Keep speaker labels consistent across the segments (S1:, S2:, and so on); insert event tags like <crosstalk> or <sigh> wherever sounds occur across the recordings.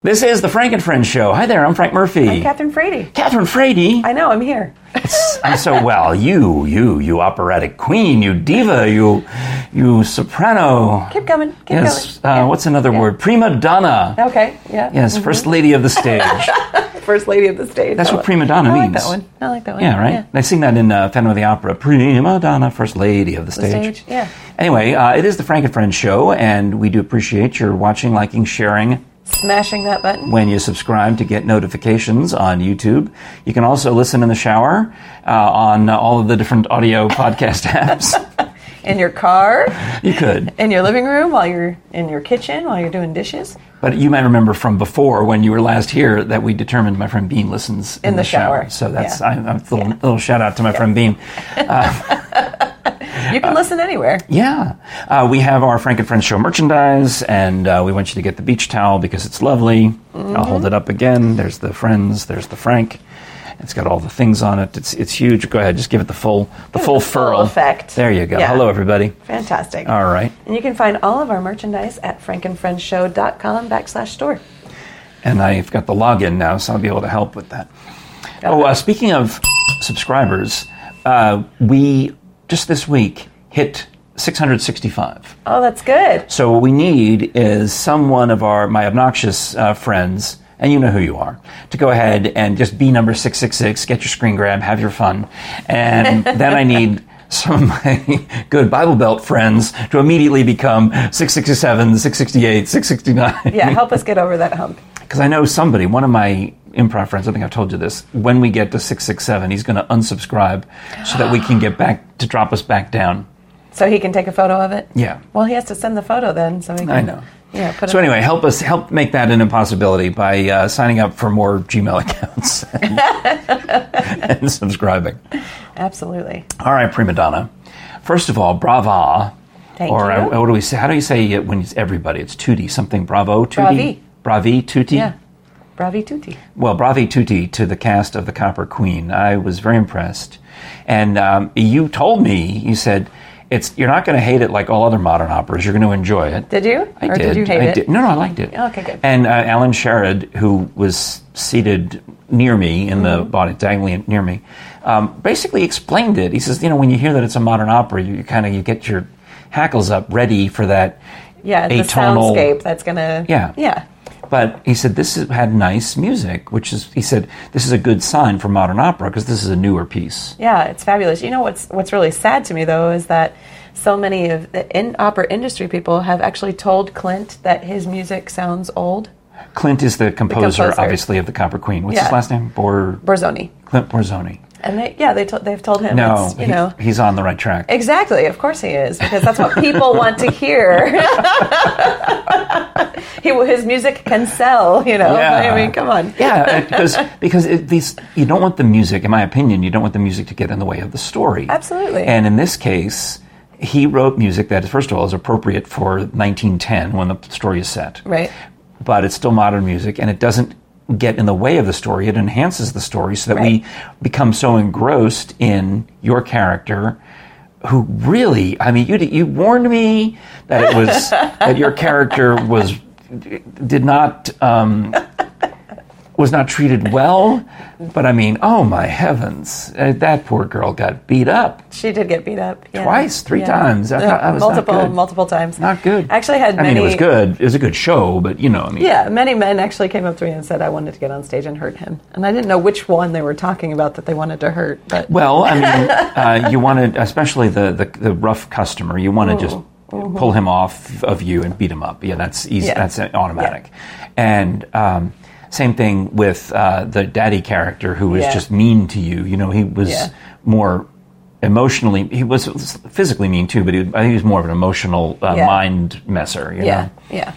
S1: This is the Frank and Friends show. Hi there, I'm Frank Murphy.
S2: I'm Catherine Frady.
S1: Catherine Frady.
S2: I know, I'm here.
S1: I'm so well. You, you, you operatic queen, you diva, you, you soprano.
S2: Keep coming. Keep
S1: Yes.
S2: going.
S1: Uh, what's another word? Prima donna.
S2: Okay, yeah.
S1: Yes, first lady of the
S2: <laughs>
S1: stage.
S2: First lady of the stage.
S1: That's
S2: I
S1: what
S2: like-
S1: prima donna
S2: I like
S1: means.
S2: that one. I like that one.
S1: Yeah, right. They sing that in uh, Phantom of the Opera. Prima donna, first lady of the stage.
S2: stage, yeah.
S1: Anyway, uh, it is the Frank and Friends show, and we do appreciate your watching, liking, sharing,
S2: Smashing that button.
S1: when you subscribe to get notifications on YouTube. You can also listen in the shower uh, on uh, all of the different audio podcast <laughs> apps.
S2: In your car,
S1: You could.
S2: in your living room, while you're in your kitchen, while you're doing dishes.
S1: But you might remember from before when you were last here that we determined my friend Bean listens in,
S2: the shower.
S1: So that's
S2: Yeah.
S1: I, I'm a little, little shout out to my friend Bean.
S2: You
S1: Uh,
S2: can listen anywhere.
S1: Yeah. Uh, we have our Frank and Friends show merchandise, and uh, we want you to get the beach towel because it's lovely. I'll hold it up again. There's the Friends, there's the Frank. It's got all the things on it. It's, it's huge. Go ahead, just give it the full the full
S2: the full
S1: furl
S2: effect.
S1: There you go.
S2: Yeah.
S1: Hello, everybody.
S2: Fantastic.
S1: All right.
S2: And you can find all of our merchandise at frankandfriendshow.com backslash store.
S1: And I've got the login now, so I'll be able to help with that. Oh, uh, speaking of subscribers, uh, we just this week hit 665.
S2: Oh, that's good.
S1: So what we need is someone of our my obnoxious uh, friends, and you know who you are, to go ahead and just be number six six six, get your screen grab, have your fun, and then I need. Some of my good Bible Belt friends to immediately become 667, 668, 669.
S2: Yeah, help us get over that hump.
S1: Because I know somebody, one of my improv friends, I think I've told you this, when we get to 667, he's going to unsubscribe so that we can get back to drop us back down.
S2: So he can take a photo of it?
S1: Yeah.
S2: Well, he has to send the photo then. So he can,
S1: I know.
S2: Yeah, put
S1: So
S2: it
S1: anyway, help us help make that an impossibility by uh, signing up for more Gmail accounts <laughs> and, and subscribing.
S2: Absolutely.
S1: All right, prima donna. First of all, brava.
S2: Thank
S1: or
S2: you.
S1: uh, what do we say? How do you say it when it's everybody? It's tutti something. Bravo, tutti. Bravi, tutti.
S2: Yeah. Bravi tutti.
S1: Well, bravi tutti to the cast of The Copper Queen. I was very impressed. And um, you told me, you said, it's you're not going to hate it like all other modern operas. You're going to enjoy it.
S2: Did you?
S1: I
S2: or
S1: did.
S2: did you hate
S1: I
S2: it? Oh,
S1: Did. No, no, I liked it.
S2: Okay, good.
S1: And uh, Alan Sherrod, who was seated near me in
S2: Mm-hmm.
S1: the body, dangling near me, um, basically explained it. He says, you know, when you hear that it's a modern opera, you, you kind of you get your hackles up, ready for that.
S2: Yeah, the
S1: atonal-
S2: soundscape that's gonna.
S1: Yeah.
S2: Yeah.
S1: But he said this is, had nice music, which is he said this is a good sign for modern opera because this is a newer piece.
S2: Yeah, it's fabulous. You know what's what's really sad to me though is that so many of the in opera industry people have actually told Clint that his music sounds old.
S1: Clint is the composer,
S2: composer.
S1: obviously, of the Copper Queen. What's his
S2: Yeah.
S1: last name? Bor
S2: Borzoni.
S1: Clint Borzoni.
S2: And they yeah, they to, they've told him
S1: No,
S2: it's, you
S1: he-
S2: know.
S1: he's on the right track.
S2: Exactly, of course he is, because
S1: <laughs>
S2: that's what people want to hear. <laughs> he, his music can sell, you know. I mean, come on.
S1: <laughs> yeah, because
S2: <laughs>
S1: because it, these you don't want the music. In my opinion, you don't want the music to get in the way of the story.
S2: Absolutely.
S1: And in this case, he wrote music that, first of all, is appropriate for 1910 when the story is set.
S2: Right.
S1: But it's still modern music, and it doesn't get in the way of the story. It enhances the story so that we
S2: Right.
S1: become so engrossed in your character. Who really? I mean, you you warned me that it
S2: <laughs>
S1: was that your character was did not um, was not treated well. But I mean, oh my heavens, uh, that poor girl got beat up.
S2: She did get beat up yeah.
S1: Twice, three times. I thought- I was not
S2: multiple,
S1: good.
S2: multiple times.
S1: Not good.
S2: I actually had
S1: I
S2: many.
S1: mean, it was good. It was a good show, but you know, I mean,
S2: Yeah, many men actually came up to me and said I wanted to get on stage and hurt him, and I didn't know which one they were talking about that they wanted to hurt. But
S1: Well,
S2: <laughs>
S1: I mean, uh, you want to, especially the, the the rough customer, you want to just pull him off of you and beat him up. Yeah, that's easy.
S2: Oh, Yeah.
S1: That's automatic. And um, same thing with uh, the daddy character who was
S2: Yeah.
S1: just mean to you. You know, he was
S2: Yeah.
S1: more emotionally. He was physically mean too, but he, I think he was more of an emotional uh,
S2: Yeah.
S1: mind messer. You
S2: yeah,
S1: know?
S2: yeah,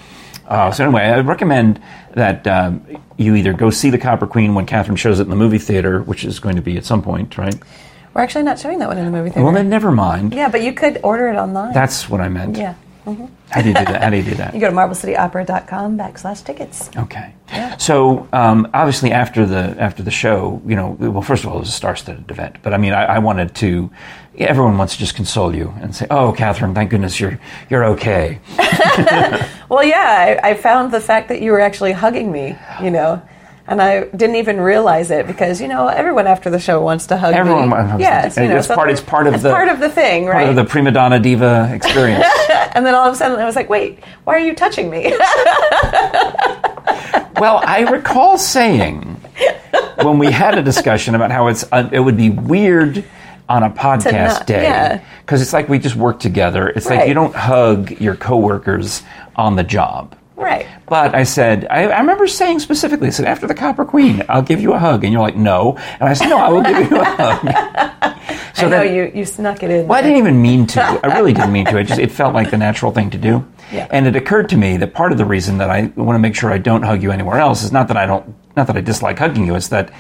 S1: Uh, so anyway, I recommend that um, you either go see the Copper Queen when Catherine shows it in the movie theater, which is going to be at some point, right?
S2: we're actually not showing that one in the movie theater.
S1: Well, then never mind.
S2: yeah, but you could order it online.
S1: That's what I meant.
S2: yeah, <laughs>
S1: How do you do that? How do you do that?
S2: you go to marblecityopera.com backslash tickets.
S1: Okay. So um, obviously after the after the show, you know, well, first of all, it was a star-studded event, but I mean, I, I wanted to. Everyone wants to just console you and say, "Oh, Catherine, thank goodness you're you're okay."
S2: Well, yeah, I, I found the fact that you were actually hugging me, you know, and I didn't even realize it because you know everyone after the show wants to hug
S1: Everyone
S2: me.
S1: wants to-
S2: yes, you know,
S1: it's part- it's part of
S2: it's
S1: the-
S2: part of the thing,
S1: Part
S2: right?
S1: of the prima donna diva
S2: <laughs>
S1: experience.
S2: and then all of a sudden, I was like, wait, why are you touching me? <laughs>
S1: Well, I recall saying when we had a discussion about how it's uh, it would be weird on a podcast
S2: not- yeah.
S1: day because it's like we just work together. It's like
S2: Right.
S1: you don't hug your coworkers on the job.
S2: right.
S1: But I said, I, I remember saying specifically, I said, after the Copper Queen, I'll give you a hug. And you're like, no. And I said, no, I will give you a hug.
S2: <laughs>
S1: So
S2: I know
S1: then-
S2: you, you snuck it in.
S1: well, I didn't even mean
S2: <laughs>
S1: to. I really didn't mean to. It just it felt like the natural thing to do.
S2: Yeah.
S1: And it occurred to me that part of the reason that I want to make sure I don't hug you anywhere else is not that I don't, not that I dislike hugging you. It's that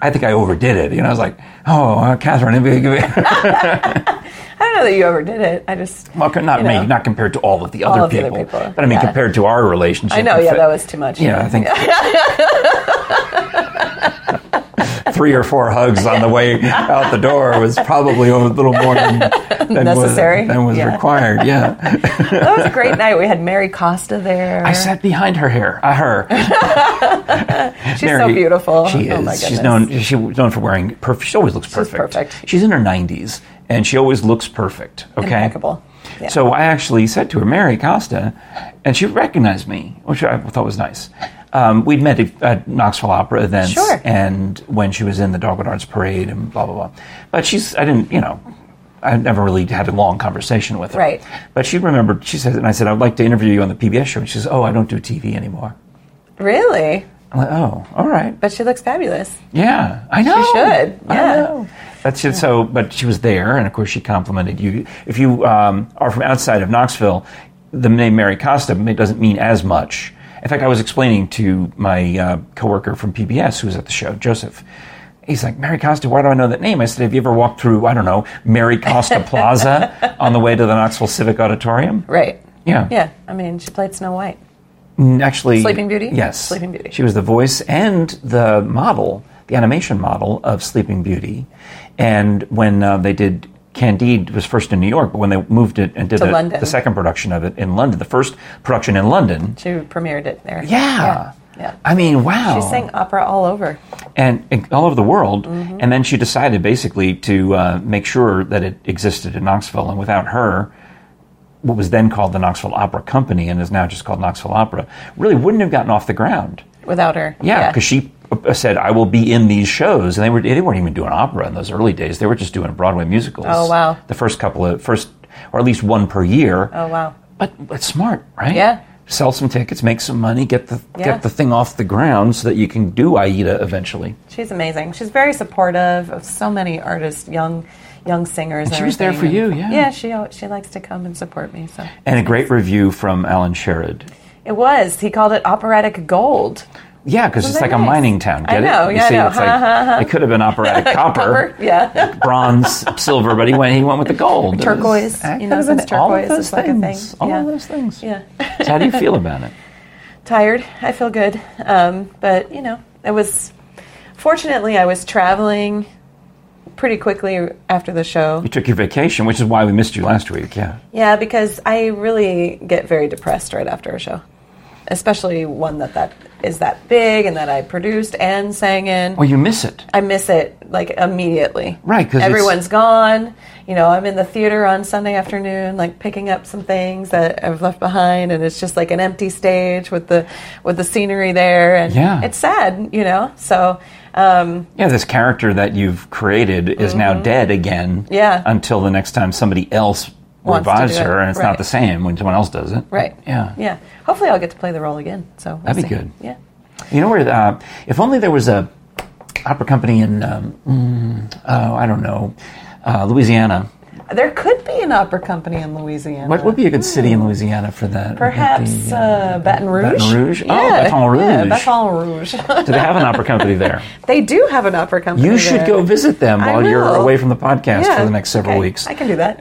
S1: I think I overdid it. You know, I was like, oh, uh, Catherine, <laughs> it'd be- it'd be-
S2: I don't know that you overdid it. I just
S1: well, not
S2: You
S1: me,
S2: know.
S1: not compared to all of the
S2: All
S1: other
S2: of the
S1: people.
S2: other people,
S1: But I mean,
S2: yeah.
S1: compared to our relationship,
S2: I know,
S1: it
S2: yeah,
S1: fit-
S2: that was too much.
S1: Yeah, I think
S2: <laughs>
S1: three or four hugs on the way out the door was probably a little more
S2: <laughs>
S1: than, than
S2: Necessary?
S1: was, than was
S2: Yeah.
S1: required. Yeah.
S2: that was a great night. We had Mary Costa there.
S1: I sat behind her hair. Uh, her.
S2: <laughs> She's so beautiful.
S1: She is.
S2: Oh my goodness.
S1: she's known. She's known for wearing. Perf- she always looks perfect.
S2: perfect.
S1: She's in her nineties, and she always looks perfect. Okay.
S2: Impeccable. Yeah.
S1: So I actually said to her, Mary Costa, and she recognized me, which I thought was nice. Um, we'd met at, at Knoxville Opera events,
S2: Sure.
S1: and when she was in the Dogwood Arts Parade, and blah blah blah. But she's, I didn't, you know, I never really had a long conversation with her.
S2: Right.
S1: But she remembered. She said, and I said, I'd like to interview you on the PBS show. And she says, Oh, I don't do TV anymore.
S2: Really?
S1: I'm like, Oh, all right.
S2: But she looks fabulous.
S1: Yeah, I know.
S2: should,
S1: I
S2: yeah.
S1: know. That's it. So, but she was there, and of course, she complimented you. If you um, are from outside of Knoxville, the name Mary Costa ma- doesn't mean as much. In fact, I was explaining to my uh, coworker from PBS who was at the show, Joseph. He's like, Mary Costa, why do I know that name? I said, Have you ever walked through, I don't know, Mary Costa
S2: <laughs>
S1: Plaza on the way to the Knoxville Civic Auditorium?
S2: Right.
S1: Yeah.
S2: Yeah. I mean, she played Snow White.
S1: Mm, Actually,
S2: Sleeping Beauty?
S1: Yes,
S2: Sleeping Beauty.
S1: She was the voice and the model, the animation model of Sleeping Beauty. And when uh, they did Candide was first in New York, but when they moved it and did
S2: To
S1: the,
S2: London.
S1: the second production of it in London, the first production in London,
S2: She premiered it there.
S1: yeah.
S2: Yeah.
S1: I mean, wow.
S2: She sang Mm-hmm. opera all over.
S1: and, and all over the world. And then she decided basically to uh, make sure that it existed in Knoxville. And without her, what was then called the Knoxville Opera Company and is now just called Knoxville Opera really wouldn't have gotten off the ground.
S2: Without her.
S1: Yeah, because she uh, said, "I will be in these shows," and they were they weren't even doing opera in those early days. They were just doing Broadway musicals.
S2: Oh, wow.
S1: The first couple of first, or at least one per year.
S2: Oh, wow.
S1: But but smart, right?
S2: Yeah.
S1: Sell some tickets, make some money, get the
S2: Yeah.
S1: get the thing off the ground so that you can do Aida eventually.
S2: She's amazing. She's very supportive of so many artists, young young singers. And
S1: she was there
S2: everything.
S1: for
S2: And-
S1: you, yeah.
S2: Yeah, she al- she likes to come and support me. So
S1: And a great review from Alan Sherrod.
S2: it was. He called it operatic gold.
S1: Yeah, because it's
S2: that
S1: like a
S2: nice?
S1: mining town.
S2: I
S1: Get
S2: know,
S1: it? You
S2: yeah, I
S1: see,
S2: know.
S1: it's
S2: <laughs>
S1: like it could have been operatic copper,
S2: Yeah. <laughs>
S1: bronze, silver, but he went he went with the gold. It was-
S2: Turquoise,
S1: it
S2: you
S1: could
S2: know,
S1: have been
S2: since
S1: all of
S2: turquoise
S1: those
S2: is like a thing.
S1: things, All
S2: Yeah.
S1: of those things.
S2: yeah.
S1: So how do you feel about it?
S2: Tired. I feel good. Um, but you know, it was. Fortunately, I was traveling pretty quickly after the show.
S1: You took your vacation, which is why we missed you last week. Yeah,
S2: Yeah, because I really get very depressed right after a show, especially one that that is that big and that I produced and sang in.
S1: well, you miss it.
S2: I miss it like immediately.
S1: Right, 'cause it's-
S2: everyone's gone. You know, I'm in the theater on Sunday afternoon, like picking up some things that I've left behind, and it's just like an empty stage with the with the scenery there, and
S1: Yeah.
S2: it's sad. You know, so um,
S1: Yeah, this character that you've created is now dead again.
S2: Mm-hmm. Yeah.
S1: until the next time somebody else
S2: Wants to
S1: revives
S2: do it.
S1: her, and it's not
S2: Right.
S1: the same when someone else does it.
S2: right,
S1: Yeah.
S2: yeah. Hopefully, I'll get to play the role again. So we'll
S1: That'd be
S2: see.
S1: good.
S2: Yeah.
S1: You know where? Uh, if only there was a opera company in, um, mm, oh, I don't know, uh, Louisiana.
S2: There could be an opera company in Louisiana.
S1: What would be a good city in Louisiana for that? Would that
S2: Perhaps
S1: be, uh,
S2: uh, Baton Rouge.
S1: Baton Rouge?
S2: Yeah.
S1: Oh, Baton
S2: Yeah,
S1: Rouge.
S2: Baton Rouge. <laughs>
S1: do they have an opera company there?
S2: they do have an opera company.
S1: <laughs> You should
S2: there.
S1: go visit them
S2: I
S1: while you're
S2: will.
S1: away from the podcast <laughs>
S2: Yeah,
S1: for the next several
S2: okay,
S1: weeks.
S2: I can do that.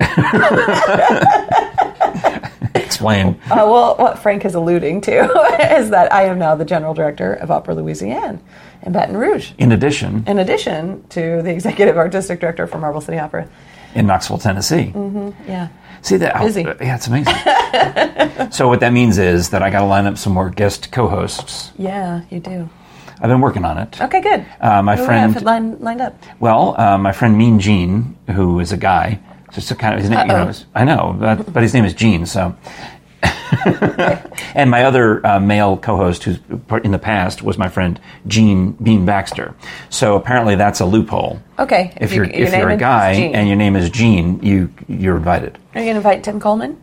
S1: <laughs> Explain.
S2: Uh, well, what Frank is alluding to <laughs> is that I am now the general director of Opera Louisiane in Baton Rouge,
S1: In addition,
S2: in addition to the executive <laughs> artistic director for Marble City Opera.
S1: in Knoxville, Tennessee.
S2: Yeah.
S1: See that? Oh,
S2: Busy.
S1: yeah, it's amazing. <laughs> so what that means is that I got to line up some more guest co-hosts.
S2: Yeah, you do.
S1: I've been working on it.
S2: Okay, good.
S1: Uh, my
S2: Who do we
S1: friend-
S2: have lined, lined up.
S1: Well, uh, my friend Mean Gene, who is a guy, just a kind of his name. You
S2: Uh-oh.
S1: know, is- I know, but, but his name is Gene. So, <laughs> and my other uh, male co-host, who's in the past, was my friend Gene Bean Baxter. So apparently, that's a loophole.
S2: Okay.
S1: If you're
S2: Oh, your
S1: if
S2: name
S1: you're a
S2: is
S1: guy
S2: Gene.
S1: and your name is Gene, you you're invited.
S2: are you going to invite Tim Coleman?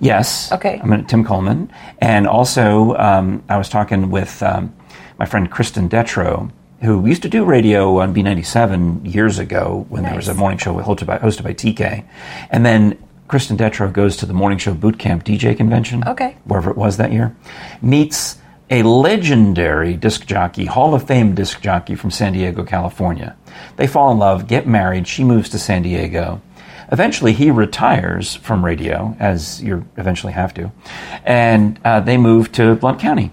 S1: Yes.
S2: Okay.
S1: I'm gonna- Tim Coleman, and also um, I was talking with um, my friend Kristen Detro, who used to do radio on B97 years ago when there was a
S2: Nice.
S1: morning show hosted by, hosted by TK, and then Kristen Detro goes to the morning show boot camp DJ convention,
S2: Okay.
S1: wherever it was that year, meets a legendary disc jockey, Hall of Fame disc jockey from San Diego, California. They fall in love, get married, she moves to San Diego. Eventually, he retires from radio, as you eventually have to, and uh, they move to Blunt County.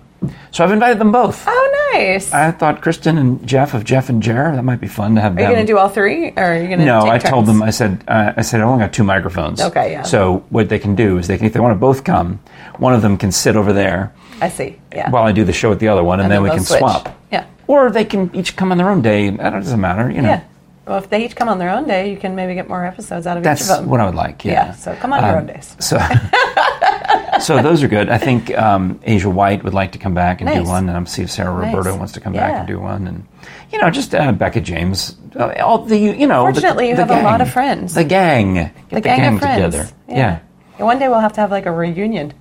S1: So I've invited them both.
S2: Oh, nice.
S1: I thought Kristen and Jeff of Jeff and Jer, that might be fun to have
S2: are you
S1: them.
S2: going to do all three? Or are you going to
S1: No,
S2: take
S1: I told
S2: turns?
S1: them. I said, uh, I said, I only got two microphones.
S2: Okay, yeah.
S1: So what they can do is they can, if they want to both come, one of them can sit over there
S2: I see. Yeah.
S1: while I do the show with the other one, and, then, we
S2: they'll
S1: can
S2: switch.
S1: swap.
S2: Yeah.
S1: Or they can each come on their own day. That doesn't matter, you know.
S2: Yeah. Well, if they each come on their own day, you can maybe get more episodes out of
S1: That's
S2: each of them.
S1: what I Um, would like. Yeah.
S2: Yeah, so come on your own days.
S1: So, <laughs> so those are good. I think um, Asia White would like to come back and do
S2: Nice.
S1: one, and I'm see if Sarah Roberto
S2: Nice.
S1: wants to come back
S2: Yeah.
S1: and do one, and you know, just uh, Becca James. Uh, all the you know. the-
S2: Fortunately, you
S1: the
S2: have a lot
S1: gang.
S2: of friends.
S1: The gang. Get
S2: the, gang, of friends.
S1: together. Yeah.
S2: And one day we'll have to have like a reunion.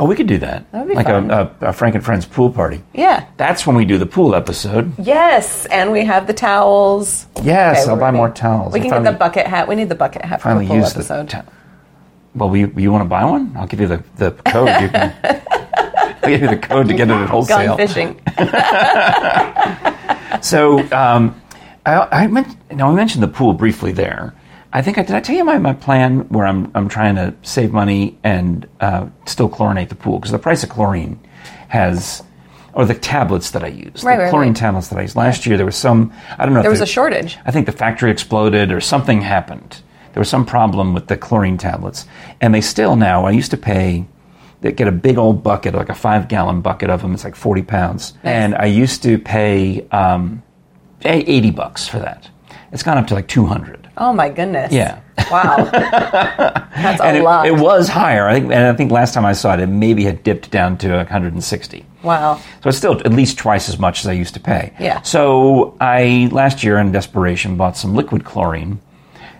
S1: Oh, we could do that.
S2: That would be
S1: like
S2: fun.
S1: A, a, a Frank and Friends pool party.
S2: Yeah.
S1: That's when we do the pool episode.
S2: Yes, and we have the towels.
S1: Yes,
S2: Okay,
S1: I'll
S2: we're
S1: buy
S2: ready.
S1: more towels.
S2: We
S1: I
S2: can
S1: finally-
S2: get the bucket hat. We need the bucket hat for the
S1: finally
S2: pool
S1: use
S2: episode.
S1: the. ta- well, you, you want to buy one? I'll give you the, the code. You can, <laughs> I'll give you the code to get it at
S2: Gone
S1: wholesale. <laughs>
S2: fishing.
S1: So um, I, I meant, now I mentioned the pool briefly there. I think I did. I tell you my, my plan where I'm I'm trying to save money and uh, still chlorinate the pool because the price of chlorine has, or the tablets that I use,
S2: Right,
S1: the
S2: right,
S1: chlorine
S2: right.
S1: tablets that I used last year. There was some I don't know.
S2: There was a shortage.
S1: I think the factory exploded or something happened. There was some problem with the chlorine tablets. And they still now, I used to pay, they get a big old bucket, like a five gallon bucket of them. It's like 40 pounds. And I used to pay um, eh, 80 bucks for that. It's gone up to like 200.
S2: Oh my goodness.
S1: Yeah. <laughs>
S2: Wow. That's a
S1: And it,
S2: lot.
S1: it was higher. I think, and I think last time I saw it, it maybe had dipped down to like 160.
S2: wow.
S1: So it's still at least twice as much as I used to pay.
S2: Yeah.
S1: So I last year in desperation bought some liquid chlorine.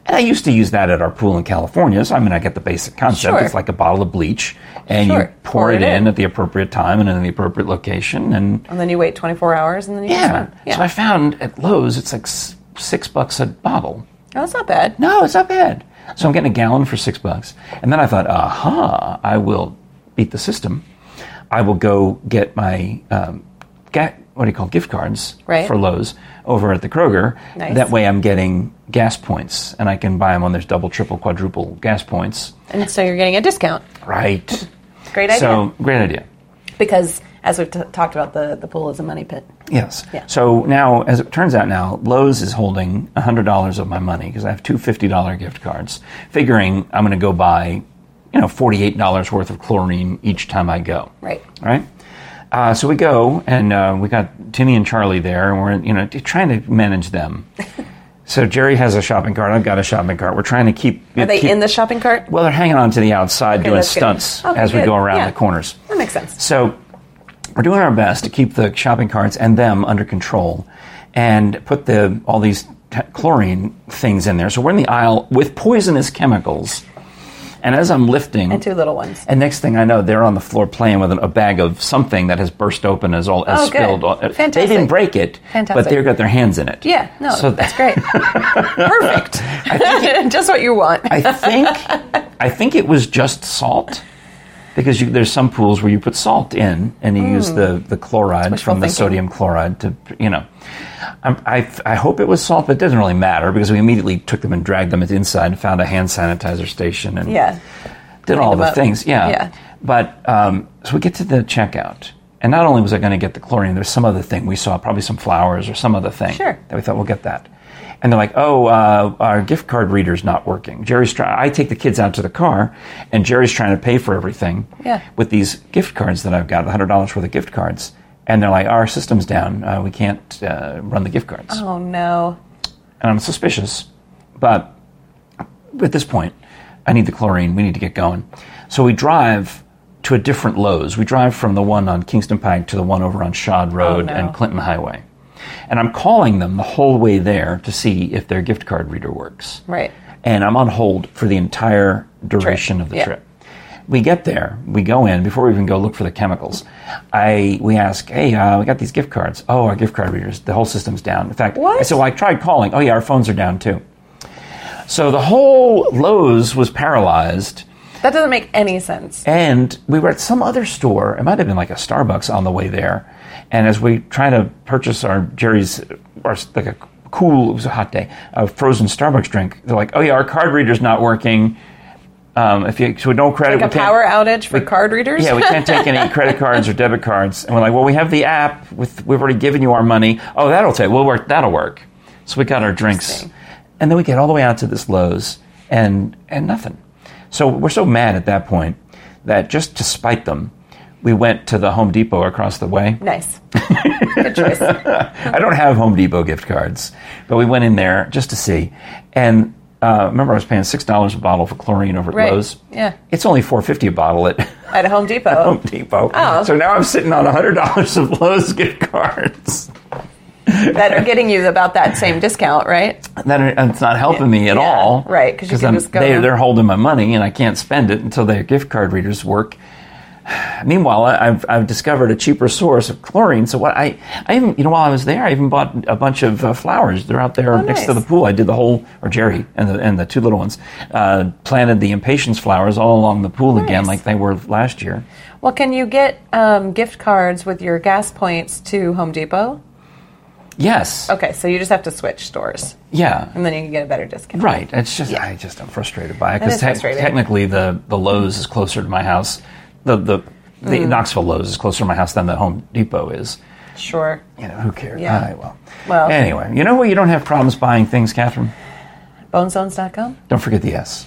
S1: And I used to use that at our pool in California. So I mean I get the basic concept.
S2: Sure.
S1: It's like a bottle of bleach and you
S2: Sure.
S1: pour, it, in, at the appropriate time and in the appropriate location and
S2: And then you wait 24 hours and then you
S1: yeah.
S2: just run. Yeah.
S1: So I found at Lowe's it's like s- 6 bucks a bottle.
S2: oh, that's not bad.
S1: No, it's not bad. So I'm getting a gallon for six bucks. And then I thought, aha, I will beat the system. I will go get my, um, ga- what do you call it, gift cards
S2: Right.
S1: for Lowe's over at the Kroger.
S2: Nice.
S1: That way I'm getting gas points and I can buy them on there's double, triple, quadruple gas points.
S2: And so you're getting a discount.
S1: Right.
S2: Great idea.
S1: So, great idea.
S2: because as we've t- talked about, the, the pool is a money pit.
S1: Yes.
S2: Yeah.
S1: So now, as it turns out now, Lowe's is holding $100 of my money because I have two $50 gift cards, figuring I'm going to go buy, you know, $48 worth of chlorine each time I go.
S2: Right.
S1: Right? Uh, so we go, and uh, we got Timmy and Charlie there, and we're, you know, t- trying to manage
S2: <laughs>
S1: them. so Jerry has a shopping cart. I've got a shopping cart. We're trying to keep...
S2: Are they
S1: keep-
S2: in the shopping cart?
S1: Well, they're hanging on to the outside doing
S2: that's good.
S1: stunts
S2: Okay,
S1: as we
S2: good.
S1: go around
S2: Yeah.
S1: the corners.
S2: That makes sense.
S1: So we're doing our best to keep the shopping carts and them under control and put the all these t- chlorine things in there. So we're in the aisle with poisonous chemicals. And as I'm lifting,
S2: And two little ones.
S1: and next thing I know, they're on the floor playing with an, a bag of something that has burst open as all as
S2: Oh, good.
S1: spilled. all- They
S2: Fantastic.
S1: didn't break it, but
S2: Fantastic.
S1: they've got their hands in it.
S2: Yeah, no,
S1: So
S2: that's
S1: <laughs>
S2: great. Perfect. <laughs> Just what you want.
S1: I think I think it was just salt because you, there's some pools where you put salt in and you use the, the chloride
S2: wishful
S1: from the
S2: thinking.
S1: sodium chloride to you know. I'm, I I hope it was salt, but it doesn't really matter because we immediately took them and dragged them inside and found a hand sanitizer station and
S2: yeah.
S1: did all
S2: them
S1: the
S2: up.
S1: things, yeah.
S2: Yeah.
S1: But um, so we get to the checkout, and not only was I going to get the chlorine, there's some other thing we saw, probably some flowers or some other thing
S2: Sure.
S1: that we thought we'll get that. And they're like, oh, uh, our gift card reader's not working. Jerry's trying. I take the kids out to the car, and Jerry's trying to pay for everything
S2: Yeah.
S1: with these gift cards that I've got, the hundred dollars worth of gift cards. And they're like, our system's down. Uh, we can't uh, run the gift cards
S2: Oh no.
S1: and I'm suspicious. But at this point, I need the chlorine. We need to get going. So we drive to a different Lowe's. We drive from the one on Kingston Pike to the one over on Shad Road
S2: no.
S1: and Clinton Highway. And I'm calling them the whole way there to see if their gift card reader works.
S2: Right.
S1: And I'm on hold for the entire duration of the
S2: yeah.
S1: trip. We get there, we go in before we even go look for the chemicals. I we ask, hey, uh, we got these gift cards. Oh, our gift card readers, the whole system's down. In fact, I
S2: What?
S1: said, well, I tried calling. Oh yeah, our phones are down too. So the whole Lowe's was paralyzed,
S2: That doesn't make any sense.
S1: and we were at some other store. It might have been like a Starbucks on the way there. And as we try to purchase our Jerry's, or like a cool, it was a hot day, a frozen Starbucks drink, they're like, "Oh yeah, our card reader's not working. Um, if you so no credit,
S2: Like a
S1: we can't-
S2: power outage for card readers.
S1: yeah, we can't take any credit cards or debit cards. And we're like, well, we have the app. With we've already given you our money. Oh, that'll take. We'll work. That'll work. So we got our drinks,
S2: Interesting.
S1: and then we get all the way out to this Lowe's, and and nothing. So we're so mad at that point that just to spite them, we went to the Home Depot across the way.
S2: <laughs> nice.
S1: <laughs>
S2: Good choice.
S1: I don't have Home Depot gift cards, but we went in there just to see. And uh, remember, I was paying six dollars a bottle for chlorine over at
S2: Right.
S1: Lowe's.
S2: Yeah.
S1: it's only four fifty a bottle at.
S2: At Home Depot.
S1: Home Depot.
S2: Oh.
S1: So now I'm sitting on $100 of Lowe's gift cards.
S2: that are getting you about that same discount, right?
S1: That are, and it's not helping me at
S2: Yeah,
S1: all.
S2: right, 'cause you can
S1: I'm-
S2: just go-
S1: They, they're holding my money and I can't spend it until their gift card readers work. <sighs> Meanwhile, I- I've, I've discovered a cheaper source of chlorine. So what I, I even, you know, while I was there, I even bought a bunch of uh, flowers. They're out there next to the
S2: Oh, nice.
S1: pool. I did the whole, or Jerry and the, and the two little ones, uh, planted the impatience flowers all along the pool again,
S2: Oh, Nice.
S1: like they were last year.
S2: Well, can you get um, gift cards with your gas points to Home Depot?
S1: Yes.
S2: Okay, so you just have to switch stores,
S1: Yeah.
S2: and then you can get a better discount.
S1: Right. It's just I just am frustrated by it
S2: That
S1: because
S2: is frustrating.
S1: technically the the Lowe's is closer to my house. The the the
S2: Hmm.
S1: Knoxville Lowe's is closer to my house than the Home Depot is.
S2: Sure.
S1: You know who cares?
S2: Yeah.
S1: All right, well.
S2: Well-
S1: Anyway, you know where you don't have problems buying things, Catherine?
S2: Bonezones.com.
S1: Don't forget the S.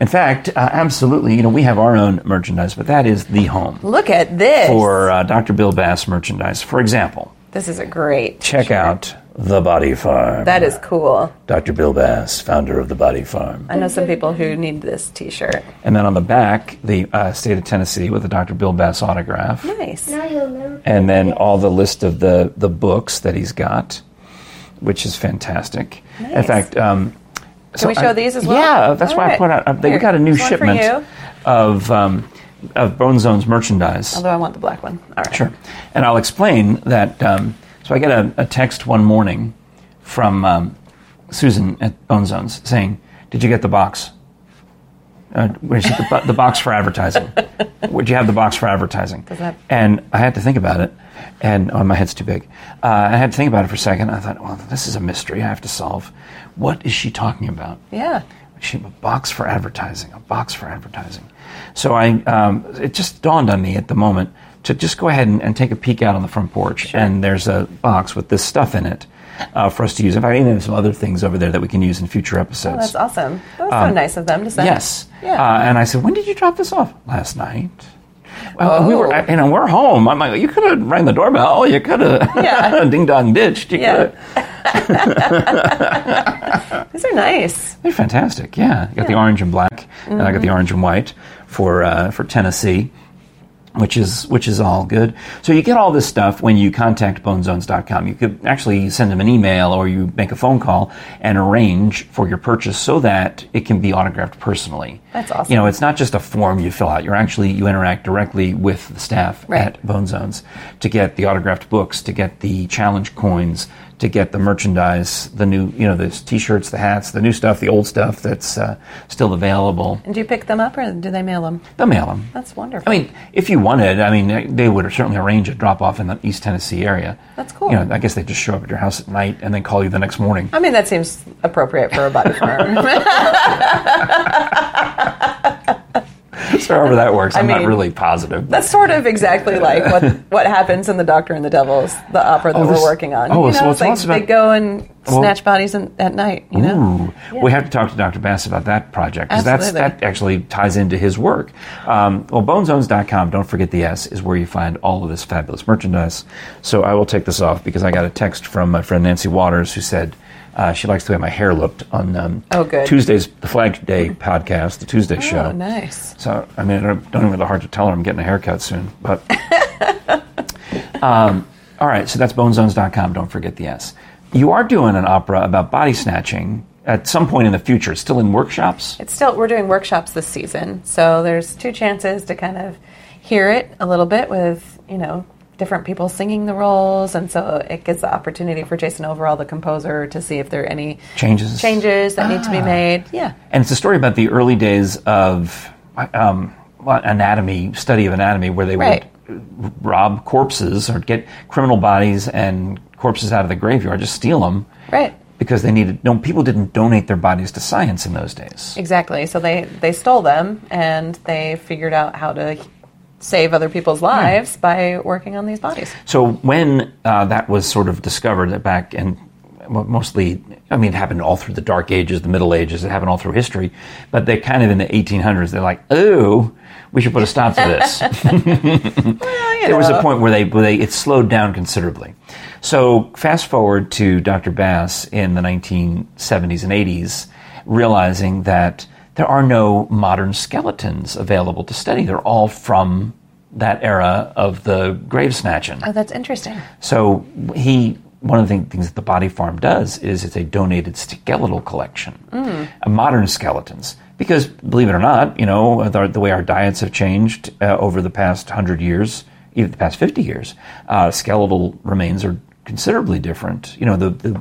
S1: In fact, uh, absolutely. You know we have our own merchandise, but that is the home
S2: Look at this.
S1: for uh, Dr. Bill Bass merchandise. For example,
S2: this is a great.
S1: check out the Body Farm.
S2: That is cool.
S1: Dr. Bill Bass, founder of the Body Farm.
S2: I know some people who need this T-shirt.
S1: And then on the back, the uh, state of Tennessee with the Dr. Bill Bass autograph.
S2: Nice.
S3: Now you'll never
S1: And then all the list of the, the books that he's got, which is fantastic. In
S2: Nice.
S1: fact, um, so
S2: we
S1: I-
S2: show these as well?
S1: Yeah, that's
S2: All
S1: why I
S2: right.
S1: put out. Uh, they, we
S2: Here,
S1: got a new
S2: there's one for
S1: shipment
S2: you.
S1: of, um, of Bone Zone's merchandise.
S2: Although I want the black one. All right.
S1: Sure. And I'll explain that. Um, so I get a, a text one morning from um, Susan at Bone Zones saying, Did you get the box? Uh, where's the, bo- the box for advertising? Would you have the box for advertising?
S2: that-
S1: And I had to think about it. And oh, my head's too big. Uh, I had to think about it for a second. I thought, well, this is a mystery I have to solve. What is she talking about?
S2: Yeah.
S1: She, a box for advertising, a box for advertising. So I, um, it just dawned on me at the moment to just go ahead and, and take a peek out on the front porch. And there's a box with this stuff in it uh, for us to use. In fact, I even have some other things over there that we can use in future episodes.
S2: Oh, that's awesome. That was so nice of them to send.
S1: Um, Yes.
S2: Yeah.
S1: Uh, and I said, when did you drop this off? Last night. Well, we were,
S2: Oh.
S1: you know, we're home. I'm like, you could have rang the doorbell. You could have, <laughs>
S2: Yeah.
S1: ding dong ditched. You
S2: Yeah.
S1: coulda."
S2: These are nice.
S1: They're fantastic. Yeah, I got the orange and black, and I got the orange and white for uh, for Tennessee, which is which is all good. So you get all this stuff when you contact BoneZones.com. You could actually send them an email or you make a phone call and arrange for your purchase so that it can be autographed personally.
S2: That's awesome.
S1: You know, it's not just a form you fill out. You're actually you interact directly with the staff
S2: Right.
S1: at Bone Zones to get the autographed books, to get the challenge coins, to get the merchandise, the new you know the t-shirts, the hats, the new stuff, the old stuff that's uh, still available.
S2: And do you pick them up or do they mail them?
S1: They'll mail them.
S2: That's
S1: I
S2: wonderful.
S1: mean, if you wanted, I mean, they would certainly arrange a drop-off in the East Tennessee area.
S2: That's cool.
S1: You know, I guess they just show up at your house at night and then call you the next morning. <laughs>
S2: I mean, that seems appropriate for a body farm.
S1: so however that works,
S2: I
S1: I'm not
S2: mean,
S1: really positive.
S2: That's sort of exactly like what what happens in The Doctor and the Devils, the opera that
S1: Oh,
S2: we're
S1: this-
S2: working on.
S1: oh,
S2: you know,
S1: so it's
S2: it's like
S1: lots about-
S2: they go and
S1: Well-
S2: snatch bodies in, at night. You know,
S1: Ooh, we have to talk to Dr. Bass about that project because that's
S2: Absolutely.
S1: that actually ties into his work. Um, well, bonezones.com, don't forget the S, is where you find all of this fabulous merchandise. So I will take this off because I got a text from my friend Nancy Waters who said uh, she likes the way my hair looked on um,
S2: Oh, good.
S1: Tuesday's the Flag Day podcast, the Tuesday show.
S2: oh, nice.
S1: So I mean, I don't, don't even have the heart to tell her I'm getting a haircut soon.
S2: <laughs>
S1: But um, all right, so that's bonezones.com. Don't forget the S. You are doing an opera about body snatching at some point in the future. It's still in workshops.
S2: It's still we're doing workshops this season, so there's two chances to kind of hear it a little bit with you know different people singing the roles, and so it gives the opportunity for Jason Overall, the composer, to see if there are any
S1: Changes.
S2: changes that need to be
S1: Ah.
S2: made. Yeah.
S1: And it's a story about the early days of um, anatomy, study of anatomy, where they
S2: Right.
S1: would rob corpses or get criminal bodies and corpses out of the graveyard, just steal them.
S2: Right.
S1: Because they needed no people didn't donate their bodies to science in those days.
S2: Exactly. So they they stole them and they figured out how to save other people's lives by working on these bodies.
S1: So when uh, that was sort of discovered that back in well, mostly, I mean, it happened all through the Dark Ages, the Middle Ages. It happened all through history, but they kind of in the 1800s they're like, oh, we should put a stop to this. <laughs> there was a point where they, where they it slowed down considerably. So fast forward to Dr. Bass in the 1970s and 80s, realizing that there are no modern skeletons available to study. They're all from that era of the grave snatching.
S2: Oh, that's interesting.
S1: So he, one of the things that the Body Farm does is it's a donated skeletal collection,
S2: Mm.
S1: uh, modern skeletons. Because believe it or not, you know the, the way our diets have changed uh, over the past hundred years, even the past fifty years, uh, skeletal remains are considerably different. You know the, the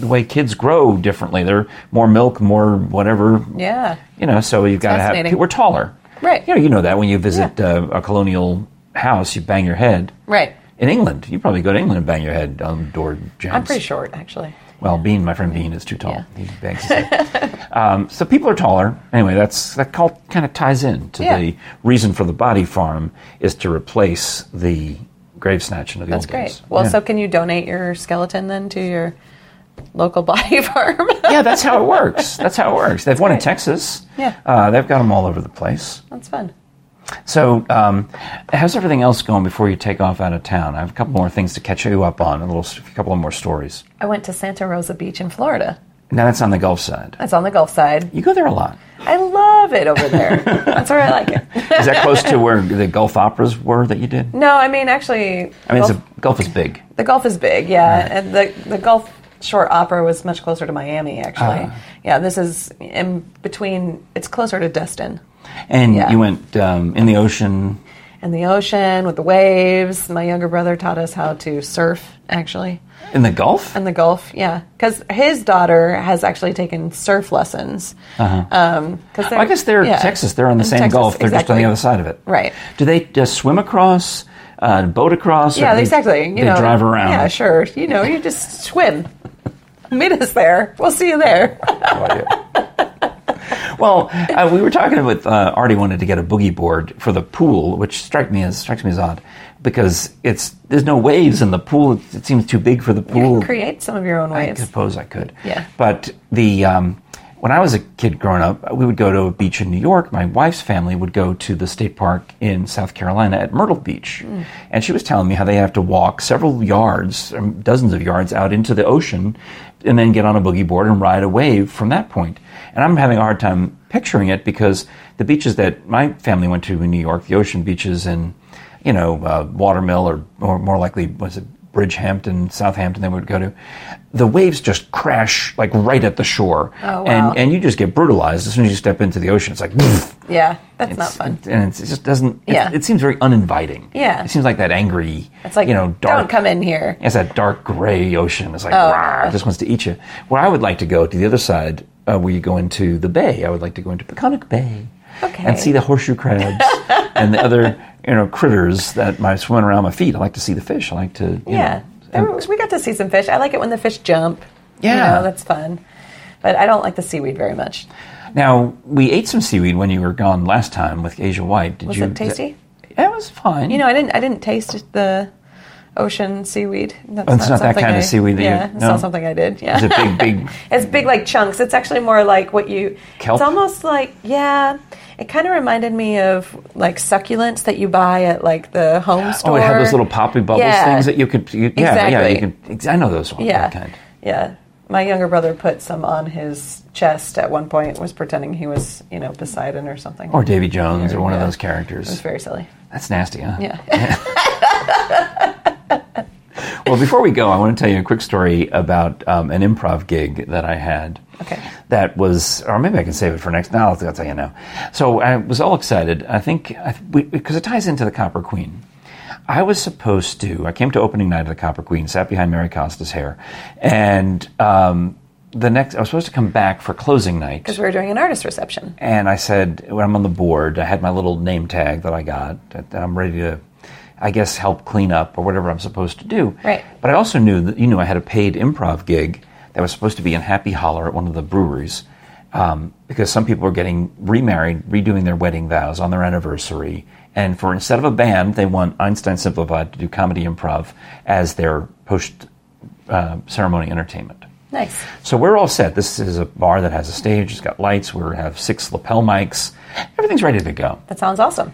S1: the way kids grow differently. They're more milk, more whatever.
S2: Yeah.
S1: You know, so you've got to have
S2: fascinating.
S1: we're taller.
S2: Right.
S1: You know, you know that when you visit uh, a colonial house, you bang your head.
S2: Right.
S1: In England, you probably go to England and bang your head on door jams.
S2: I'm pretty short actually.
S1: Well, Bean, my friend Bean, is too tall. He bangs his head. <laughs> um, so people are taller. Anyway, that's that call, kind of ties in to
S2: Yeah.
S1: the reason for the body farm is to replace the grave snatching of the
S2: That's
S1: old
S2: great.
S1: days.
S2: Well,
S1: yeah.
S2: so can you donate your skeleton then to your local <laughs> body farm?
S1: yeah, that's how it works. That's
S2: <laughs>
S1: how it works. They've one in
S2: great.
S1: Texas.
S2: Yeah.
S1: uh, they've got them all over the place.
S2: that's fun.
S1: So, um, how's everything else going before you take off out of town? I have a couple more things to catch you up on. A little, s- a couple of more stories.
S2: I went to Santa Rosa Beach in Florida.
S1: Now that's on the Gulf side.
S2: That's on the Gulf side.
S1: You go there a lot.
S2: I love it over <laughs> there. that's where I like it.
S1: Is that close to where the Gulf operas were that you did?
S2: No, I mean actually
S1: I mean, it's
S2: Gulf-
S1: a, Gulf is big.
S2: The Gulf is big, yeah, and the the Gulf Shore Opera was much closer to Miami, actually.
S1: Uh-huh.
S2: yeah, this is in between. It's closer to Destin
S1: And
S2: Yeah.
S1: you went um, in the ocean.
S2: and the ocean with the waves. My younger brother taught us how to surf, actually,
S1: In the Gulf?
S2: in the Gulf. Yeah, because his daughter has actually taken surf lessons. um, Because
S1: Well, Uh-huh. I guess they're Texas. They're on the same Gulf. They're just on the other side of it.
S2: Right.
S1: Do they just swim across, uh, boat across? or
S2: Yeah,
S1: do they,
S2: exactly. You
S1: they
S2: know,
S1: drive around.
S2: Yeah, sure. You know, you just swim. <laughs> Meet us there. We'll see you there.
S1: <laughs> Well, uh, we were talking with uh, Artie wanted to get a boogie board for the pool, which strike me as strikes me as odd because it's there's no waves in the pool. It, it seems too big for the
S2: You
S1: pool.
S2: can <laughs> create some of your own
S1: I
S2: waves.
S1: suppose I could.
S2: Yeah.
S1: But the um, when I was a kid growing up, we would go to a beach in New York. My wife's family would go to the state park in South Carolina at Myrtle Beach, and she was telling me how they have to walk several yards, um, dozens of yards out into the ocean, and then get on a boogie board and ride a wave from that point. And I'm having a hard time picturing it because the beaches that my family went to in New York, the ocean beaches in you know, uh, Watermill or, or more likely was it Bridgehampton, Southampton they would go to, the waves just crash like right at the shore.
S2: Oh, wow.
S1: And, and you just get brutalized as soon as you step into the ocean. It's like, pfft.
S2: Yeah, that's not
S1: It's-
S2: fun.
S1: And it's, it just doesn't, it,
S2: Yeah.
S1: it seems very uninviting.
S2: Yeah.
S1: It seems like that angry,
S2: It's like
S1: you know, dark.
S2: don't come in here.
S1: It's that dark gray ocean. It's like,
S2: Oh.
S1: "Rah," it just wants to eat you. Where I would like to go to the other side, uh, where you go into the bay, I would like to go into Peconic Bay
S2: Okay.
S1: and see the horseshoe
S2: <laughs>
S1: crabs and the other, you know, critters that might swim around my feet. I like to see the fish. I like to, you
S2: Yeah,
S1: know,
S2: There- we got to see some fish. I like it when the fish jump.
S1: Yeah.
S2: you know, that's fun. But I don't like the seaweed very much.
S1: Now we ate some seaweed when you were gone last time with Asia White. Did
S2: Was
S1: you?
S2: it tasty?
S1: It was fine.
S2: You know, I didn't. I didn't taste the ocean seaweed. That's
S1: Oh, it's not that
S2: something
S1: kind of
S2: I-
S1: seaweed that you-
S2: yeah, it's
S1: no.
S2: not something I did. Yeah,
S1: Is it big, big?
S2: <laughs> It's big like chunks. It's actually more like what you.
S1: Kelp?
S2: It's almost like yeah. It kind of reminded me of like succulents that you buy at like the home store.
S1: Oh, it had those little poppy bubbles
S2: Yeah.
S1: things that you could. You, yeah, yeah, you
S2: Exactly.
S1: could. ex- I know those ones.
S2: Yeah,
S1: that kind.
S2: yeah. My younger brother put some on his chest at one point. Was pretending he was you know Poseidon or something.
S1: Or Davy Jones, or one of
S2: Yeah.
S1: those
S2: it was
S1: characters.
S2: very silly.
S1: That's nasty, huh?
S2: Yeah.
S1: <laughs>
S2: <laughs>
S1: Well, before we go, I want to tell you a quick story about um, an improv gig that I had.
S2: Okay.
S1: That was, or maybe I can save it for next. Now I'll, I'll tell you now. So I was all excited. I think I th- we, because it ties into the Copper Queen. I was supposed to. I came to opening night of the Copper Queen, sat behind Mary Costa's hair, and um, the next I was supposed to come back for closing night.
S2: Because we were doing an artist reception.
S1: And I said, when I'm on the board, I had my little name tag that I got that that I'm ready to, I guess, help clean up or whatever I'm supposed to do.
S2: Right.
S1: But I also knew that, you know, I had a paid improv gig that was supposed to be in Happy Holler at one of the breweries um, because some people were getting remarried, redoing their wedding vows on their anniversary. And for instead of a band, they want Einstein Simplified to do comedy improv as their post uh, ceremony entertainment.
S2: Nice.
S1: So we're all set. This is a bar that has a stage. It's got lights. We have six lapel mics. Everything's ready to go.
S2: That sounds awesome.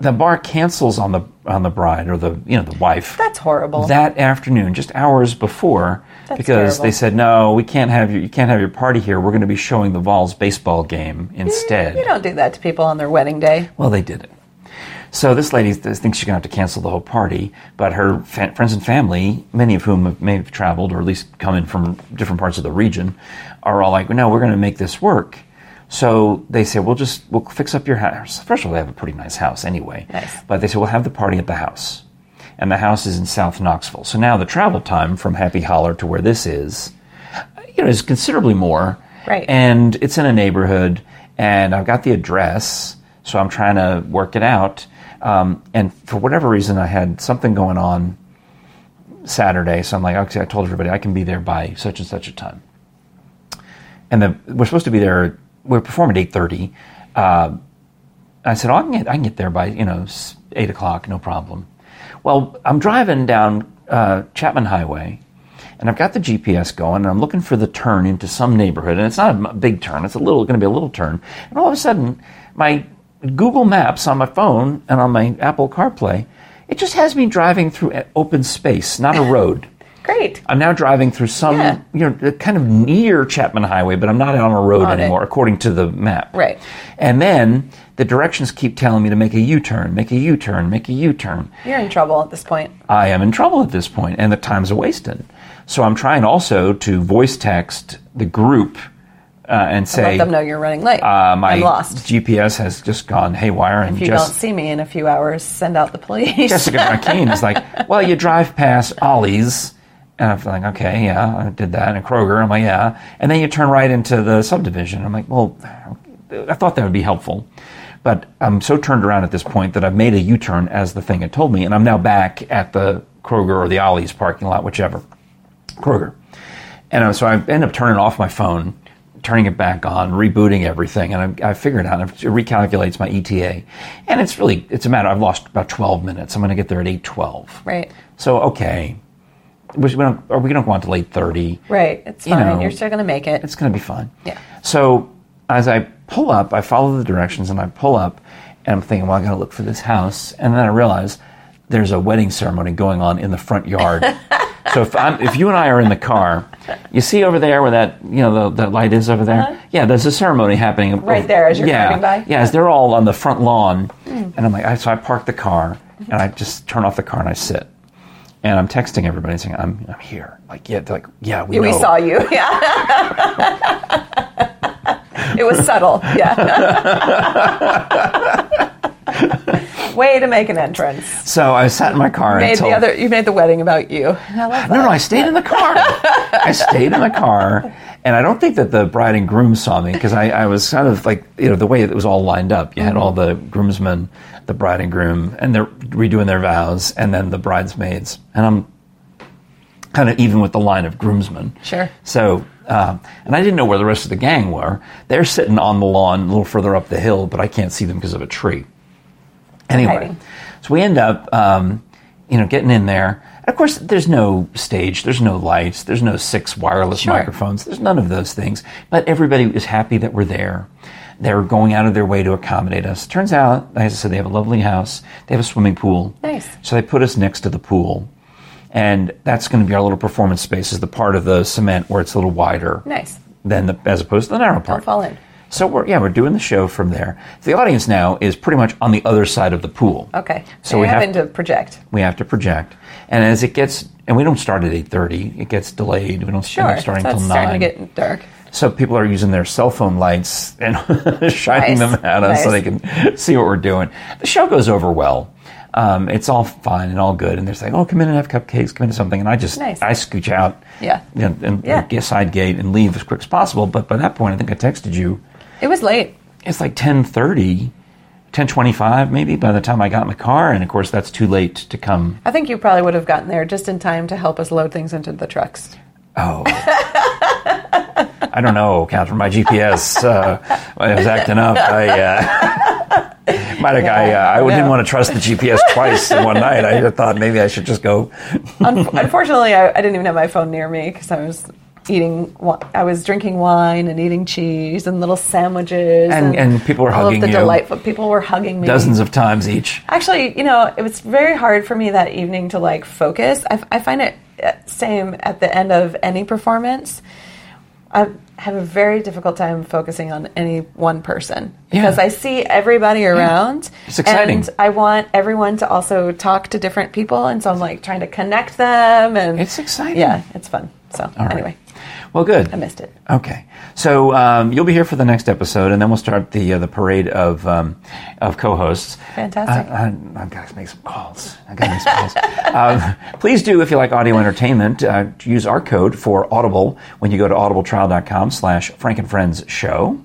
S1: The bar cancels on the on the bride or the you know the wife
S2: That's horrible.
S1: that afternoon, just hours before,
S2: That's
S1: because
S2: terrible.
S1: they said no, we can't have your you can't have your party here. We're going to be showing the Vols baseball game instead.
S2: you don't do that to people on their wedding day.
S1: Well, they did it. So this lady th- thinks she's going to have to cancel the whole party, but her fa- friends and family, many of whom have- may have traveled or at least come in from different parts of the region, are all like, "No, we're going to make this work." So they say, "We'll just we'll fix up your house." First of all, they have a pretty nice house anyway,
S2: Nice.
S1: but they said, "We'll have the party at the house," and the house is in South Knoxville. So now the travel time from Happy Holler to where this is, you know, is considerably more.
S2: Right.
S1: And it's in a neighborhood, and I've got the address, so I'm trying to work it out. Um, and for whatever reason, I had something going on Saturday, so I'm like, okay, I told everybody I can be there by such and such a time. And the, we're supposed to be there. We're performing at eight thirty. I said, oh, I can get, I can get there by, you know, s- 8 o'clock, no problem. Well, I'm driving down uh, Chapman Highway, and I've got the GPS going, and I'm looking for the turn into some neighborhood, and it's not a m- big turn, it's a little, going to be a little turn. And all of a sudden, my Google Maps on my phone and on my Apple CarPlay, it just has me driving through a- open space, not a road.
S2: Great.
S1: I'm now driving through some,
S2: Yeah.
S1: you know, kind of near Chapman Highway, but I'm not on a road
S2: On it.
S1: anymore, according to the map.
S2: Right.
S1: And then the directions keep telling me to make a U turn, make a U turn, make a U turn.
S2: You're in trouble at this point.
S1: I am in trouble at this point, and the time's a wasted. So I'm trying also to voice text the group uh, and say,
S2: Let them know you're running late.
S1: uh, my
S2: I'm lost.
S1: GPS has just gone haywire, and
S2: If you
S1: just
S2: don't see me in a few hours, send out the police.
S1: Jessica McCain is like, well, you drive past Ollie's. And I'm like, okay, yeah, I did that. And Kroger, I'm like, yeah. And then you turn right into the subdivision. I'm like, well, I thought that would be helpful. But I'm so turned around at this point that I've made a U turn as the thing had told me. And I'm now back at the Kroger or the Ollie's parking lot, whichever. Kroger. And I- so I end up turning off my phone, turning it back on, rebooting everything, and I, I figure it out. and It recalculates my ETA, and it's really it's a matter. I've lost about twelve minutes. I'm going to get there at eight twelve.
S2: <laughs> right.
S1: So okay, we, we don't or we don't want till eight thirty.
S2: Right. It's
S1: You
S2: fine. You
S1: know,
S2: are still going to make it.
S1: It's going to be fun.
S2: Yeah.
S1: So as I pull up, I follow the directions and I pull up, and I'm thinking, well, I got to look for this house, and then I realize there's a wedding ceremony going on in the front
S2: <laughs>
S1: yard. so if I'm, if you and I are in the car, you see over there where that you know the, that light is over there. Yeah, there's a ceremony happening
S2: Uh-huh. Right there as you're
S1: yeah,
S2: driving by? Hmm.
S1: Yeah, as they're all on the front lawn, and I'm like, I, so I park the car and I just turn off the car and I sit. And I'm texting everybody saying, I'm, I'm here. Like, yeah, they're like, yeah, we,
S2: We
S1: know.
S2: saw you. <laughs> Yeah. it was subtle. Yeah. Way to make an entrance.
S1: So I sat in my car
S2: Made
S1: and told,
S2: the other. You made the wedding about you. I love that.
S1: No, no, I stayed in the car. I stayed in the car, and I don't think that the bride and groom saw me because I, I was kind of like you know the way it was all lined up. You had
S2: Mm-hmm.
S1: all the groomsmen, the bride and groom, and they're redoing their vows, and then the bridesmaids, and I'm kind of even with the line of groomsmen.
S2: Sure.
S1: So Um, and I didn't know where the rest of the gang were. They're sitting on the lawn a little further up the hill, but I can't see them because of a tree. Anyway,
S2: Hiding.
S1: so we end up, um, you know, getting in there. And of course, there's no stage, there's no lights, there's no six wireless
S2: Sure.
S1: microphones, there's none of those things. But everybody is happy that we're there. They're going out of their way to accommodate us. Turns out, like I said, they have a lovely house. They have a swimming pool.
S2: Nice.
S1: So they put us next to the pool, and that's going to be our little performance space. Is the part of the cement where it's a little wider
S2: Nice.
S1: than the as opposed to the narrow part.
S2: fall in.
S1: So we're yeah we're doing the show from there. The audience now is pretty much on the other side of the pool.
S2: Okay.
S1: So
S2: So
S1: we
S2: you're
S1: have-
S2: having to project.
S1: We have to project, and as it gets and we don't start at eight thirty. It gets delayed. We don't
S2: Sure.
S1: end up starting
S2: so
S1: until
S2: it's
S1: nine.
S2: starting to get dark.
S1: So people are using their cell phone lights and <laughs> shining
S2: Nice.
S1: them at us so they
S2: Nice.
S1: can see what we're doing. The show goes over well. Um, it's all fine and all good, and they're saying, "Oh, come in and have cupcakes, come in to something." And I just
S2: Nice.
S1: I scooch out,
S2: Yeah.
S1: and, and
S2: Yeah.
S1: get side gate and leave as quick as possible. But by that point, I think I texted you.
S2: It was late.
S1: It's like 10.30, 10.25 maybe by the time I got in the car, and of course that's too late to come.
S2: I think you probably would have gotten there just in time to help us load things into the trucks.
S1: Oh. <laughs> I don't know, Catherine. My GPS uh, I was acting up. I uh, <laughs> might have. I, uh, I didn't
S2: no.
S1: want to trust the GPS twice in one night. I thought maybe I should just go.
S2: Unf <laughs> unfortunately, I, I didn't even have my phone near me because I was eating. wi- I was drinking wine and eating cheese and little sandwiches.
S1: And- and people were
S2: all
S1: hugging
S2: of the
S1: you.
S2: delightful people were hugging me.
S1: dozens of times each.
S2: Actually, you know, it was very hard for me that evening to like focus. I, I find it uh, same at the end of any performance. I have a very difficult time focusing on any one person
S1: Yeah.
S2: because I see everybody around.
S1: It's exciting.
S2: And I want everyone to also talk to different people, and so I'm like trying to connect them. And
S1: It's exciting.
S2: Yeah, it's fun. So
S1: All right.
S2: anyway,
S1: Well, good.
S2: I missed it.
S1: Okay, so um, you'll be here for the next episode, and then we'll start the uh, the parade of um, of co-hosts.
S2: Fantastic.
S1: I, I, I've got to make some calls. I got to make some calls. <laughs> Um, please do, if you like audio entertainment, uh, use our code for Audible when you go to audibletrial.com/slash Frank and Friends Show.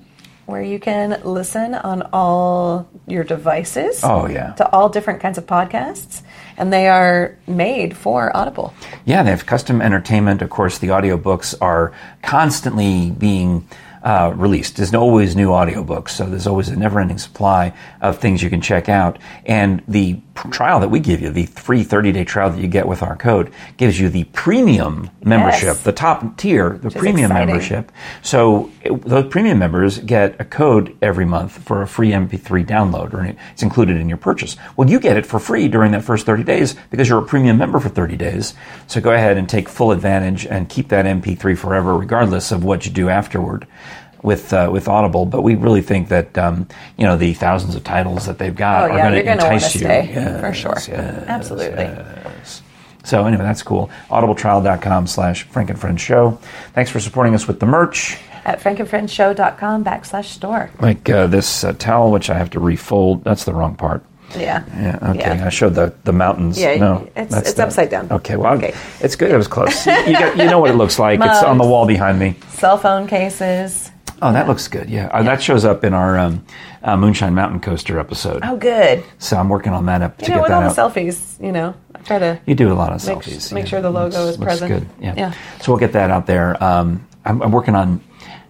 S2: Where you can listen on all your devices.
S1: Oh, yeah.
S2: To all different kinds of podcasts, and they are made for Audible.
S1: Yeah, they have custom entertainment. Of course, the audiobooks are constantly being uh, released. There's always new audiobooks, so there's always a never ending supply of things you can check out. And the p- trial that we give you, the free 30 day trial that you get with our code, gives you the premium membership, the top tier, the premium
S2: exciting.
S1: membership. So it, those premium members get a code every month for a free MP3 download, or it's included in your purchase. Well, you get it for free during that first 30 days because you're a premium member for 30 days. So go ahead and take full advantage and keep that MP3 forever, regardless of what you do afterward. With, uh, with Audible, but we really think that um, you know the thousands of titles that they've got
S2: Oh,
S1: are
S2: yeah,
S1: going
S2: you're
S1: to
S2: gonna wanna
S1: Uh, entice you
S2: stay, for sure.
S1: yes,
S2: Absolutely.
S1: yes. So anyway, that's cool. Audibletrial.com slash Frank and Friends Show. Thanks for supporting us with the merch.
S2: At frankandfriendshow.com backslash store.
S1: Like uh, this uh, towel, which I have to refold. That's the wrong part.
S2: Yeah.
S1: Yeah, okay.
S2: Yeah.
S1: I showed the, the mountains.
S2: Yeah,
S1: no,
S2: it's-
S1: that's
S2: it's upside down.
S1: Okay, well,
S2: Okay.
S1: it's good. It was close. You, got, you know what it looks like. It's on the wall behind me.
S2: Cell phone cases.
S1: Oh, that looks good. Yeah, Uh, that shows up in our um, uh, Moonshine Mountain Coaster episode.
S2: Oh, good.
S1: So I'm working on that up to
S2: You know,
S1: get
S2: with
S1: that
S2: all the
S1: out.
S2: selfies, you know, I try to.
S1: You do a lot of
S2: Make-
S1: selfies.
S2: make sure the logo
S1: Looks-
S2: is
S1: looks
S2: present.
S1: Good. Yeah.
S2: Yeah.
S1: So we'll get that out there. Um, I'm, I'm working on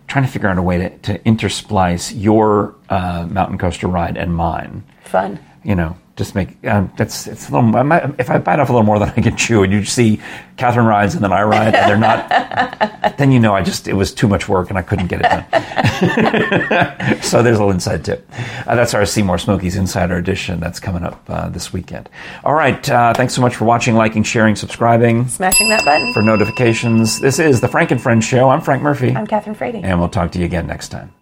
S1: trying to figure out a way to, to intersplice your uh, mountain coaster ride and mine.
S2: Fun.
S1: You know, just make um, that's it's a little. I might, if I bite off a little more than I can chew, and you see Catherine rides and then I ride, and they're not, <laughs> then you know I just it was too much work and I couldn't get it done. <laughs> so there's a little inside tip. Uh, that's our Seymour Smokies Insider Edition that's coming up uh, this weekend. All right, uh, thanks so much for watching, liking, sharing, subscribing
S2: Smashing that button.
S1: for notifications. This is the Frank and Friends Show. I'm Frank Murphy,
S2: I'm Catherine Frady.
S1: and we'll talk to you again next time.